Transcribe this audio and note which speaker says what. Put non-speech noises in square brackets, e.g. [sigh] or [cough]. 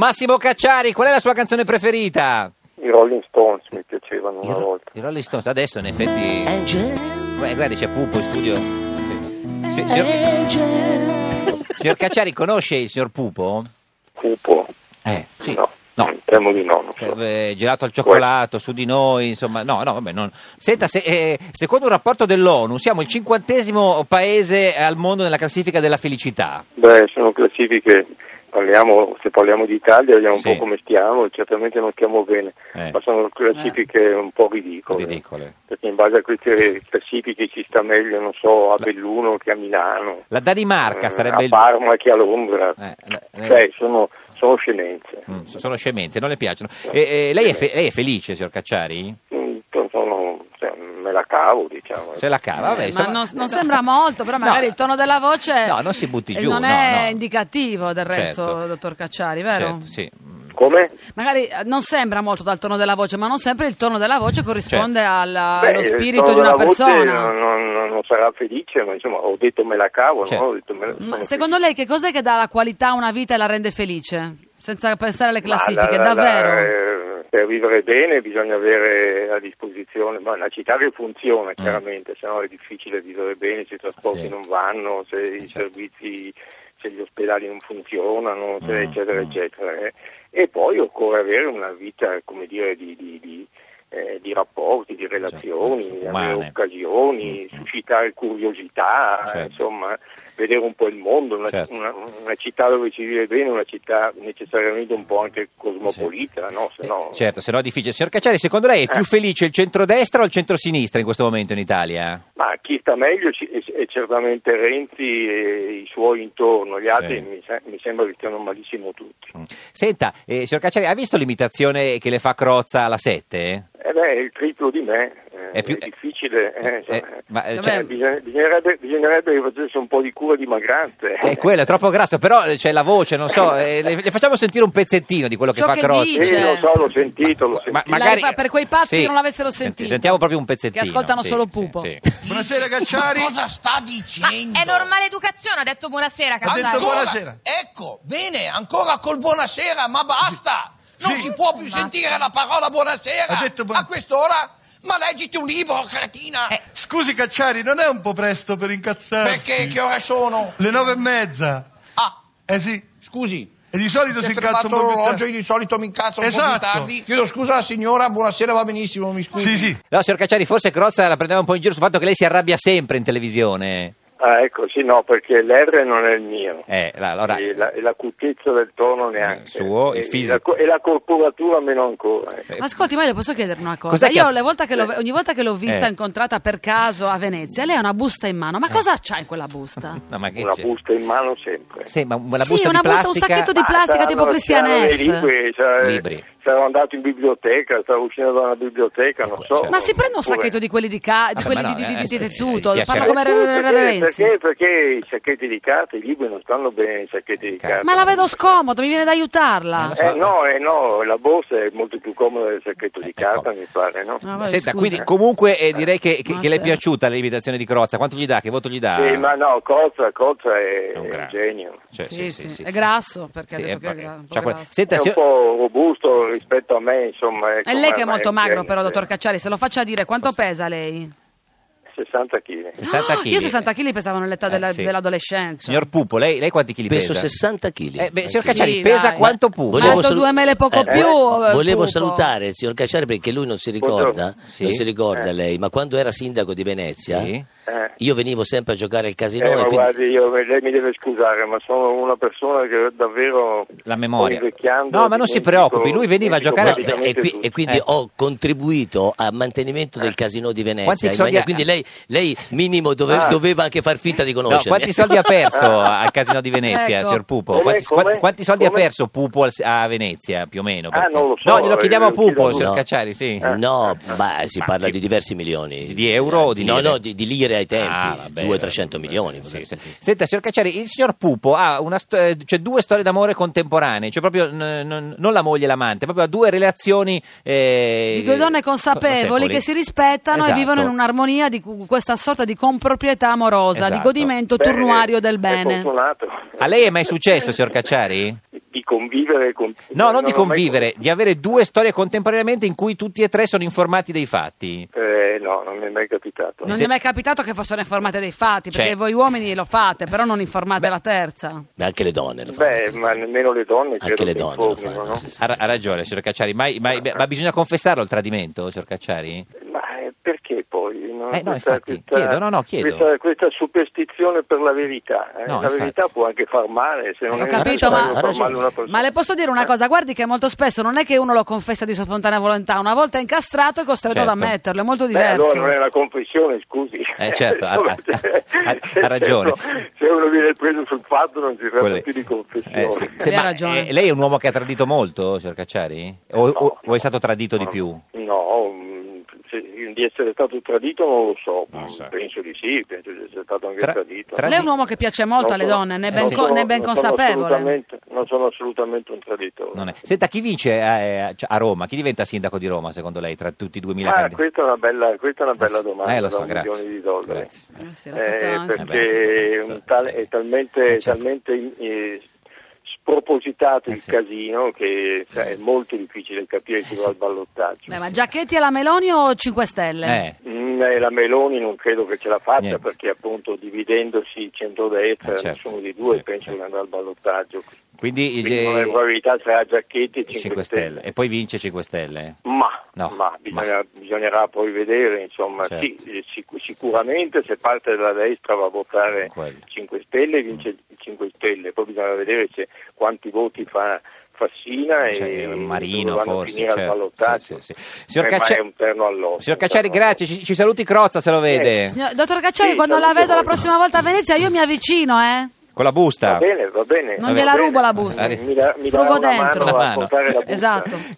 Speaker 1: Massimo Cacciari, qual è la sua canzone preferita?
Speaker 2: I Rolling Stones mi piacevano una volta.
Speaker 1: I Rolling Stones, adesso in effetti...
Speaker 3: Angel,
Speaker 1: Beh, guarda, c'è Pupo in studio. Sì. Si- signor,
Speaker 3: Angel.
Speaker 1: signor Cacciari, conosce il signor Pupo?
Speaker 2: Cupo?
Speaker 1: Eh, sì.
Speaker 2: No,
Speaker 1: No.
Speaker 2: temo di no. non so.
Speaker 1: Eh, gelato al cioccolato, su di noi, insomma, no, no, vabbè, non... Senta, se- eh, secondo un rapporto dell'ONU siamo il cinquantesimo paese al mondo nella classifica della felicità.
Speaker 2: Beh, sono classifiche, parliamo, se parliamo di Italia vediamo
Speaker 1: Sì.
Speaker 2: un po' come stiamo, certamente non stiamo bene,
Speaker 1: Eh.
Speaker 2: ma sono classifiche un po' ridicole.
Speaker 1: Ridicole.
Speaker 2: Perché in base a queste classifiche ci sta meglio, non so, a Belluno che a Milano,
Speaker 1: La Danimarca
Speaker 2: eh,
Speaker 1: sarebbe
Speaker 2: a
Speaker 1: il...
Speaker 2: Parma che a Londra.
Speaker 1: Eh, la- eh,
Speaker 2: Cioè, sono, sono scemenze.
Speaker 1: mm, so- sono scemenze, non le piacciono. Eh, eh, lei, è fe- lei è felice, signor Cacciari?
Speaker 2: Mm, sono- cioè, me la cavo, diciamo.
Speaker 1: Se la cava, vabbè,
Speaker 4: Eh,
Speaker 1: insomma-
Speaker 4: ma non, non sembra molto, però
Speaker 1: No,
Speaker 4: magari il tono della voce
Speaker 1: no, non si butti
Speaker 4: eh,
Speaker 1: giù,
Speaker 4: non
Speaker 1: no,
Speaker 4: è
Speaker 1: no.
Speaker 4: indicativo del resto,
Speaker 1: Certo.
Speaker 4: dottor Cacciari, vero?
Speaker 1: Certo, sì. Mm,
Speaker 2: Come?
Speaker 4: Magari eh, non sembra molto dal tono della voce, ma non sempre il tono della voce corrisponde
Speaker 1: Certo.
Speaker 4: alla-
Speaker 2: Beh,
Speaker 4: allo
Speaker 2: il
Speaker 4: spirito
Speaker 2: tono
Speaker 4: di una
Speaker 2: della voce
Speaker 4: persona.
Speaker 2: non, non- non sarà felice, ma insomma, ho detto me la cavo,
Speaker 1: Certo.
Speaker 2: no? Ho detto me la-
Speaker 4: Ma
Speaker 2: sono
Speaker 4: secondo lei che cos'è che dà la qualità a una vita e la rende felice? Senza pensare alle
Speaker 2: Ma
Speaker 4: classifiche,
Speaker 2: la- la- la-
Speaker 4: davvero?
Speaker 2: eh, per vivere bene bisogna avere a disposizione ma una città che funziona chiaramente, se no è difficile vivere bene se i trasporti
Speaker 1: Mm. Sì.
Speaker 2: non vanno, se
Speaker 1: Eh,
Speaker 2: i
Speaker 1: certo.
Speaker 2: servizi, se gli ospedali non funzionano, se-
Speaker 1: Mm,
Speaker 2: eccetera,
Speaker 1: mm.
Speaker 2: eccetera. eh. E poi occorre avere una vita, come dire, di... di- di, eh, di rapporti, di relazioni,
Speaker 1: certo,
Speaker 2: avere
Speaker 1: umane.
Speaker 2: occasioni,
Speaker 1: Mm, mm.
Speaker 2: suscitare curiosità,
Speaker 1: Certo.
Speaker 2: eh, insomma, vedere un po' il mondo, una,
Speaker 1: Certo.
Speaker 2: una- una città dove si vive bene, una città necessariamente un po' anche cosmopolita, no? Se
Speaker 1: eh,
Speaker 2: no-
Speaker 1: Certo, se no è difficile. Signor Cacciari, secondo lei è più
Speaker 2: Eh.
Speaker 1: felice il centrodestra o il centrosinistra in questo momento in Italia?
Speaker 2: Ma chi sta meglio ci- è, è certamente Renzi e i suoi intorno, gli altri
Speaker 1: Sì.
Speaker 2: mi, se- mi sembra che stiano malissimo tutti.
Speaker 1: Mm. Senta, eh, signor Cacciari, ha visto l'imitazione che le fa Crozza alla 7?
Speaker 2: Eh beh, è il triplo di me, eh,
Speaker 1: È
Speaker 2: è,
Speaker 1: più-
Speaker 2: difficile, eh,
Speaker 1: eh,
Speaker 2: insomma,
Speaker 1: ma, eh,
Speaker 2: eh,
Speaker 4: cioè-
Speaker 2: bisogna- bisognerebbe, bisognerebbe che facesse un po' di cura dimagrante.
Speaker 1: È quello, è troppo grasso, però eh, c'è la voce, non so, eh, le, le facciamo sentire un pezzettino di quello che
Speaker 4: Ciò
Speaker 1: fa
Speaker 4: che
Speaker 1: Crozza.
Speaker 4: dice.
Speaker 2: Sì, lo so, l'ho sentito, l'ho
Speaker 1: certo. Ma-
Speaker 2: sentito.
Speaker 1: magari...
Speaker 4: La- per quei pazzi
Speaker 1: Sì.
Speaker 4: che non l'avessero
Speaker 1: Senti-
Speaker 4: sentito.
Speaker 1: Sentiamo proprio un pezzettino.
Speaker 4: Che ascoltano
Speaker 1: sì,
Speaker 4: solo
Speaker 1: sì,
Speaker 4: Pupo.
Speaker 1: sì.
Speaker 5: Buonasera Cacciari.
Speaker 6: Cosa sta dicendo?
Speaker 7: Ma è normale educazione, ha detto buonasera,
Speaker 5: Ha detto
Speaker 7: Cazzari.
Speaker 5: buona- buonasera.
Speaker 6: Ecco, bene, ancora col buonasera, ma basta! Non
Speaker 5: Sì.
Speaker 6: si può più sentire la parola buonasera
Speaker 5: Ha detto buona-
Speaker 6: a quest'ora? Ma leggiti un libro, cretina!
Speaker 7: Eh.
Speaker 5: Scusi Cacciari, non è un po' presto per incazzarsi?
Speaker 6: Perché che ore sono?
Speaker 5: Le nove e mezza.
Speaker 6: Ah,
Speaker 5: Eh sì.
Speaker 6: scusi.
Speaker 5: E di solito si
Speaker 6: Si è
Speaker 5: incazza
Speaker 6: fermato
Speaker 5: un po' più
Speaker 6: l'orologio,
Speaker 5: tardi.
Speaker 6: io di solito mi incazzo un po' più
Speaker 5: Esatto.
Speaker 6: tardi. Chiedo scusa alla signora, buonasera, va benissimo, mi scusi.
Speaker 5: Sì, sì.
Speaker 1: No, signor Cacciari, forse Crozza la prendeva un po' in giro sul fatto che lei si arrabbia sempre in televisione.
Speaker 2: Ah, ecco, sì, no, perché l'R non è il mio.
Speaker 1: Eh, la- allora...
Speaker 2: E la, e la cutezza del tono neanche.
Speaker 1: Il suo, il
Speaker 2: E-
Speaker 1: fisico.
Speaker 2: E la, co- e la corporatura meno ancora. ecco.
Speaker 1: Eh,
Speaker 4: Ascolti, ma io le posso chiedere una cosa?
Speaker 1: Cos'è che ha-
Speaker 4: Io le volte che l'ho- ogni volta che l'ho vista
Speaker 1: Eh.
Speaker 4: incontrata per caso a Venezia, lei ha una busta in mano. Ma cosa c'ha in quella
Speaker 1: [laughs]
Speaker 4: busta?
Speaker 1: no, ma che
Speaker 2: Una
Speaker 1: c'è?
Speaker 2: busta in mano sempre.
Speaker 1: Sì, ma una
Speaker 4: Sì,
Speaker 1: busta
Speaker 4: una
Speaker 1: di
Speaker 4: busta, un
Speaker 1: plastica...
Speaker 4: sacchetto di-
Speaker 2: Ah,
Speaker 4: plastica
Speaker 2: c'erano-
Speaker 4: tipo Christian
Speaker 2: c'erano
Speaker 4: F.
Speaker 2: dei libri, c'era- eh,
Speaker 1: Libri.
Speaker 2: C'ero andato in biblioteca, stavo uscendo da una biblioteca, non
Speaker 1: Certo.
Speaker 2: so.
Speaker 4: Ma si prende un
Speaker 2: Oppure-
Speaker 4: sacchetto di quelli di, ca- di,
Speaker 1: Vabbè,
Speaker 4: quelli
Speaker 1: ma no, eh,
Speaker 4: di, di- di-
Speaker 1: adesso
Speaker 4: di
Speaker 1: gli
Speaker 4: tessuto?
Speaker 1: piacerebbe.
Speaker 4: Parla come
Speaker 2: Eh,
Speaker 4: Re- Re- Re-
Speaker 2: perché,
Speaker 4: Renzi.
Speaker 2: perché, perché i sacchetti di carta, i libri non stanno bene i sacchetti di
Speaker 1: Carta.
Speaker 2: carta.
Speaker 4: Ma la vedo scomodo, mi viene da aiutarla.
Speaker 1: Eh,
Speaker 2: Eh no, eh no, la borsa è molto più comoda del sacchetto
Speaker 1: Eh,
Speaker 2: di
Speaker 1: ecco.
Speaker 2: carta, mi pare, no?
Speaker 4: Ah, vabbè,
Speaker 1: Senta,
Speaker 4: scusi.
Speaker 1: quindi comunque eh, direi che, che- che le è
Speaker 4: Buonasera.
Speaker 1: piaciuta l'imitazione di Crozza. Quanto gli dà? Che voto gli dà?
Speaker 2: Sì, ma no, Cozza, Cozza è,
Speaker 1: Ah. È
Speaker 2: è
Speaker 1: un
Speaker 2: un,
Speaker 1: grande.
Speaker 2: genio.
Speaker 1: Cioè,
Speaker 4: Sì, sì, è grasso, perché ha detto
Speaker 1: eh,
Speaker 4: che è gra- un po'
Speaker 1: cioè,
Speaker 4: grasso.
Speaker 1: Senta,
Speaker 2: È un
Speaker 1: signor-
Speaker 2: po' robusto rispetto a me, insomma. ecco,
Speaker 4: È lei
Speaker 2: ma-
Speaker 4: che è
Speaker 2: ma
Speaker 4: molto
Speaker 2: un
Speaker 4: magro,
Speaker 2: genio,
Speaker 4: però,
Speaker 2: sì.
Speaker 4: dottor Cacciari, se lo faccia dire, quanto pesa lei?
Speaker 2: 60 kg.
Speaker 1: 60
Speaker 4: Ah,
Speaker 1: kg.
Speaker 4: Io 60 kg pesavo nell'età
Speaker 1: Eh,
Speaker 4: della-
Speaker 1: sì.
Speaker 4: dell'adolescenza.
Speaker 1: Signor Pupo, lei, lei quanti chili
Speaker 3: Peso
Speaker 1: pesa?
Speaker 3: 60 kg.
Speaker 1: Eh, beh, signor
Speaker 4: Sì,
Speaker 1: Cacciari,
Speaker 4: dai.
Speaker 1: pesa quanto
Speaker 4: Ma-
Speaker 1: Pupo?
Speaker 4: Ma alto due mele poco più, eh,
Speaker 3: volevo
Speaker 4: Pupo.
Speaker 3: salutare il signor Cacciari perché lui non si ricorda,
Speaker 2: Buongiorno.
Speaker 1: Sì.
Speaker 3: non si ricorda
Speaker 2: Eh.
Speaker 3: lei, ma quando era sindaco di Venezia
Speaker 1: Sì.
Speaker 2: Eh.
Speaker 3: io venivo sempre a giocare al casino
Speaker 2: Eh,
Speaker 3: e
Speaker 2: ma
Speaker 3: quindi-
Speaker 2: guardi, io, lei mi deve scusare, ma sono una persona che davvero...
Speaker 1: La memoria.
Speaker 2: sto invecchiando,
Speaker 1: No, ma non si
Speaker 2: dimentico-
Speaker 1: preoccupi, lui veniva a
Speaker 2: dimentico
Speaker 1: giocare-
Speaker 3: No,
Speaker 1: praticamente
Speaker 3: e,
Speaker 2: praticamente
Speaker 3: qui-
Speaker 2: tutto.
Speaker 3: e quindi
Speaker 1: Eh.
Speaker 3: ho contribuito al mantenimento del casino di
Speaker 1: Quanti
Speaker 3: Venezia. in
Speaker 1: soldi
Speaker 3: maniera-
Speaker 1: ha-
Speaker 3: Quindi lei, lei minimo dove-
Speaker 2: Ah.
Speaker 3: doveva anche far finta di
Speaker 1: No,
Speaker 3: conoscermi.
Speaker 1: quanti soldi ha
Speaker 2: [laughs]
Speaker 1: perso al Casino di Venezia,
Speaker 4: Ecco.
Speaker 1: signor Pupo?
Speaker 2: Come-
Speaker 1: Quanti,
Speaker 2: come-
Speaker 1: quanti- quanti soldi
Speaker 2: come?
Speaker 1: ha perso Pupo al- a Venezia, più o meno?
Speaker 2: Ah, non lo so,
Speaker 1: No, glielo chiediamo a
Speaker 2: eh,
Speaker 1: Pupo,
Speaker 2: chiediamo- Eh.
Speaker 1: signor
Speaker 3: No.
Speaker 1: Cacciari, sì.
Speaker 3: No, ma si
Speaker 1: Eh. Ma
Speaker 3: parla
Speaker 1: chi-
Speaker 3: di diversi milioni.
Speaker 1: Di euro o di
Speaker 3: No,
Speaker 1: lire?
Speaker 3: no, di, di lire ai tempi,
Speaker 1: Ah, vabbè,
Speaker 3: 200-300
Speaker 1: vabbè,
Speaker 3: milioni.
Speaker 1: sì, sì,
Speaker 3: potrebbe-
Speaker 1: sì. Senta, signor Cacciari, il signor Pupo ha una sto- eh, cioè due storie d'amore contemporanee, cioè proprio n- n- non la moglie e l'amante, proprio ha due relazioni. eh,
Speaker 4: Di due donne consapevoli
Speaker 1: consapevoli.
Speaker 4: che si rispettano
Speaker 1: Esatto.
Speaker 4: e vivono in un'armonia di cu- questa sorta di comproprietà amorosa,
Speaker 1: Esatto.
Speaker 4: di godimento
Speaker 2: Beh,
Speaker 4: turnuario del
Speaker 2: È
Speaker 4: bene.
Speaker 2: fortunato.
Speaker 1: A lei è mai successo, signor Cacciari?
Speaker 2: Di convivere con...
Speaker 1: No, non di
Speaker 2: ho mai-
Speaker 1: convivere, di avere due storie contemporaneamente in cui tutti e tre sono informati dei fatti.
Speaker 2: Eh, no, non mi è mai capitato.
Speaker 4: Non
Speaker 1: Se-
Speaker 4: mi è mai capitato che fossero informate dei fatti, perché
Speaker 3: Cioè-
Speaker 4: voi uomini lo fate, però non informate la terza.
Speaker 3: Beh, anche le donne lo fanno.
Speaker 2: Beh, ma nemmeno le donne
Speaker 3: anche
Speaker 2: credo
Speaker 3: le
Speaker 2: che
Speaker 3: donne lo
Speaker 2: informino,
Speaker 3: fanno.
Speaker 2: no?
Speaker 3: sì, sì.
Speaker 1: Ha, ra- ha ragione, signor Cacciari, ma, ma- ma bisogna confessarlo il tradimento, signor Cacciari?
Speaker 2: Ma eh, perché poi? No,
Speaker 1: Eh, no, infatti, chiedo, no, no, chiedo.
Speaker 2: Questa, questa superstizione per la verità. eh.
Speaker 1: No,
Speaker 2: la
Speaker 1: infatti. Eh,
Speaker 2: verità può anche far male, se non
Speaker 4: Ho
Speaker 2: è
Speaker 4: capito,
Speaker 2: necessario
Speaker 4: ma,
Speaker 2: far male una persona.
Speaker 4: ma le posso dire una cosa? Guardi che molto spesso non è che uno lo confessa di sua spontanea volontà, una volta è incastrato è costretto
Speaker 1: Certo.
Speaker 4: ad ammetterlo, è molto
Speaker 2: Beh,
Speaker 4: diverso.
Speaker 2: allora non è una confessione, scusi.
Speaker 1: Eh, certo, ha-
Speaker 2: Insomma,
Speaker 1: ha-
Speaker 2: [laughs] se-
Speaker 1: ha-
Speaker 2: se
Speaker 1: ha ragione.
Speaker 2: uno- Se uno viene preso sul fatto non si tratta
Speaker 1: Quelle-
Speaker 2: più di confessione.
Speaker 1: Eh, sì.
Speaker 4: Lei ha ragione.
Speaker 1: eh, lei è un uomo che ha tradito molto, signor Cacciari? O,
Speaker 2: No,
Speaker 1: o- o
Speaker 2: no,
Speaker 1: è stato tradito di
Speaker 2: no.
Speaker 1: più?
Speaker 2: No, mm, se- di essere stato tradito non lo so,
Speaker 1: Non lo so.
Speaker 2: penso di sì, penso di essere stato anche
Speaker 1: Tra-
Speaker 2: tradito.
Speaker 1: tra-
Speaker 4: Lei è un uomo che piace molto
Speaker 2: Non
Speaker 4: alle
Speaker 2: sono-
Speaker 4: donne, ne è
Speaker 1: eh,
Speaker 4: ben,
Speaker 1: sì.
Speaker 4: co- ne è ben
Speaker 2: non sono
Speaker 4: consapevole.
Speaker 2: assolutamente- Non sono assolutamente un traditore.
Speaker 1: Non è- Senta, chi vince a, cioè, a Roma? Chi diventa sindaco di Roma, secondo lei, tra tutti i 2000
Speaker 2: Ah,
Speaker 1: candidati?
Speaker 2: questa è una bella, questa è una bella
Speaker 1: Eh,
Speaker 2: domanda,
Speaker 1: eh, lo so,
Speaker 2: da un
Speaker 1: grazie.
Speaker 2: milione di dollari.
Speaker 1: Grazie.
Speaker 4: Eh sì, l'ha fatto
Speaker 2: Eh,
Speaker 4: ansia.
Speaker 2: perché
Speaker 1: Eh beh,
Speaker 2: un tal- è talmente,
Speaker 1: eh, certo.
Speaker 2: talmente, eh, spropositato
Speaker 1: Eh,
Speaker 2: il
Speaker 1: sì.
Speaker 2: casino che cioè, è molto difficile capire chi
Speaker 1: Eh, sì.
Speaker 2: va al ballottaggio.
Speaker 4: Beh, ma Giacchetti alla Meloni o 5 Stelle?
Speaker 1: Eh,
Speaker 2: Mm, eh, la Meloni non credo che ce la faccia
Speaker 1: Niente.
Speaker 2: perché appunto dividendosi il centrodestra
Speaker 1: Eh, certo.
Speaker 2: nessuno dei due
Speaker 1: Sì,
Speaker 2: penso
Speaker 1: sì.
Speaker 2: che andrà al ballottaggio.
Speaker 1: quindi
Speaker 2: Quindi la probabilità sarà Giacchetti e 5,
Speaker 1: 5 Stelle. E poi vince 5 Stelle.
Speaker 2: Ma,
Speaker 1: No,
Speaker 2: ma bisognerà, bisognerà poi vedere, insomma,
Speaker 1: Certo.
Speaker 2: sì, eh, sic- sicuramente se parte della destra va a votare
Speaker 1: Quello.
Speaker 2: 5 Stelle vince il 5 Stelle, poi bisogna vedere se, quanti voti fa Fassina
Speaker 1: Cioè,
Speaker 2: e
Speaker 1: Marino
Speaker 2: eh, dove vanno a
Speaker 1: forse.
Speaker 2: finire al
Speaker 1: certo.
Speaker 2: ballottaggio.
Speaker 1: Sì, sì, sì. Signor,
Speaker 2: Eh, ma
Speaker 1: Caccia-
Speaker 2: è un terno Eh, all'otto,
Speaker 1: Signor Cacciari,
Speaker 2: un terno
Speaker 1: grazie. Ci, ci saluti Crozza se lo vede.
Speaker 4: Signor- dottor Cacciari,
Speaker 2: Sì,
Speaker 4: quando la
Speaker 2: saluto
Speaker 4: vedo la
Speaker 2: voi.
Speaker 4: prossima volta a Venezia io mi avvicino, eh?
Speaker 1: Con la busta.
Speaker 2: Va bene, va bene.
Speaker 4: Non
Speaker 2: va
Speaker 4: gliela
Speaker 2: bene.
Speaker 4: rubo la busta.
Speaker 2: Mi, da, mi
Speaker 4: Frugo
Speaker 2: darà una
Speaker 4: dentro.
Speaker 2: mano
Speaker 1: Una
Speaker 2: a
Speaker 1: mano.
Speaker 2: portare la busta.
Speaker 4: Esatto.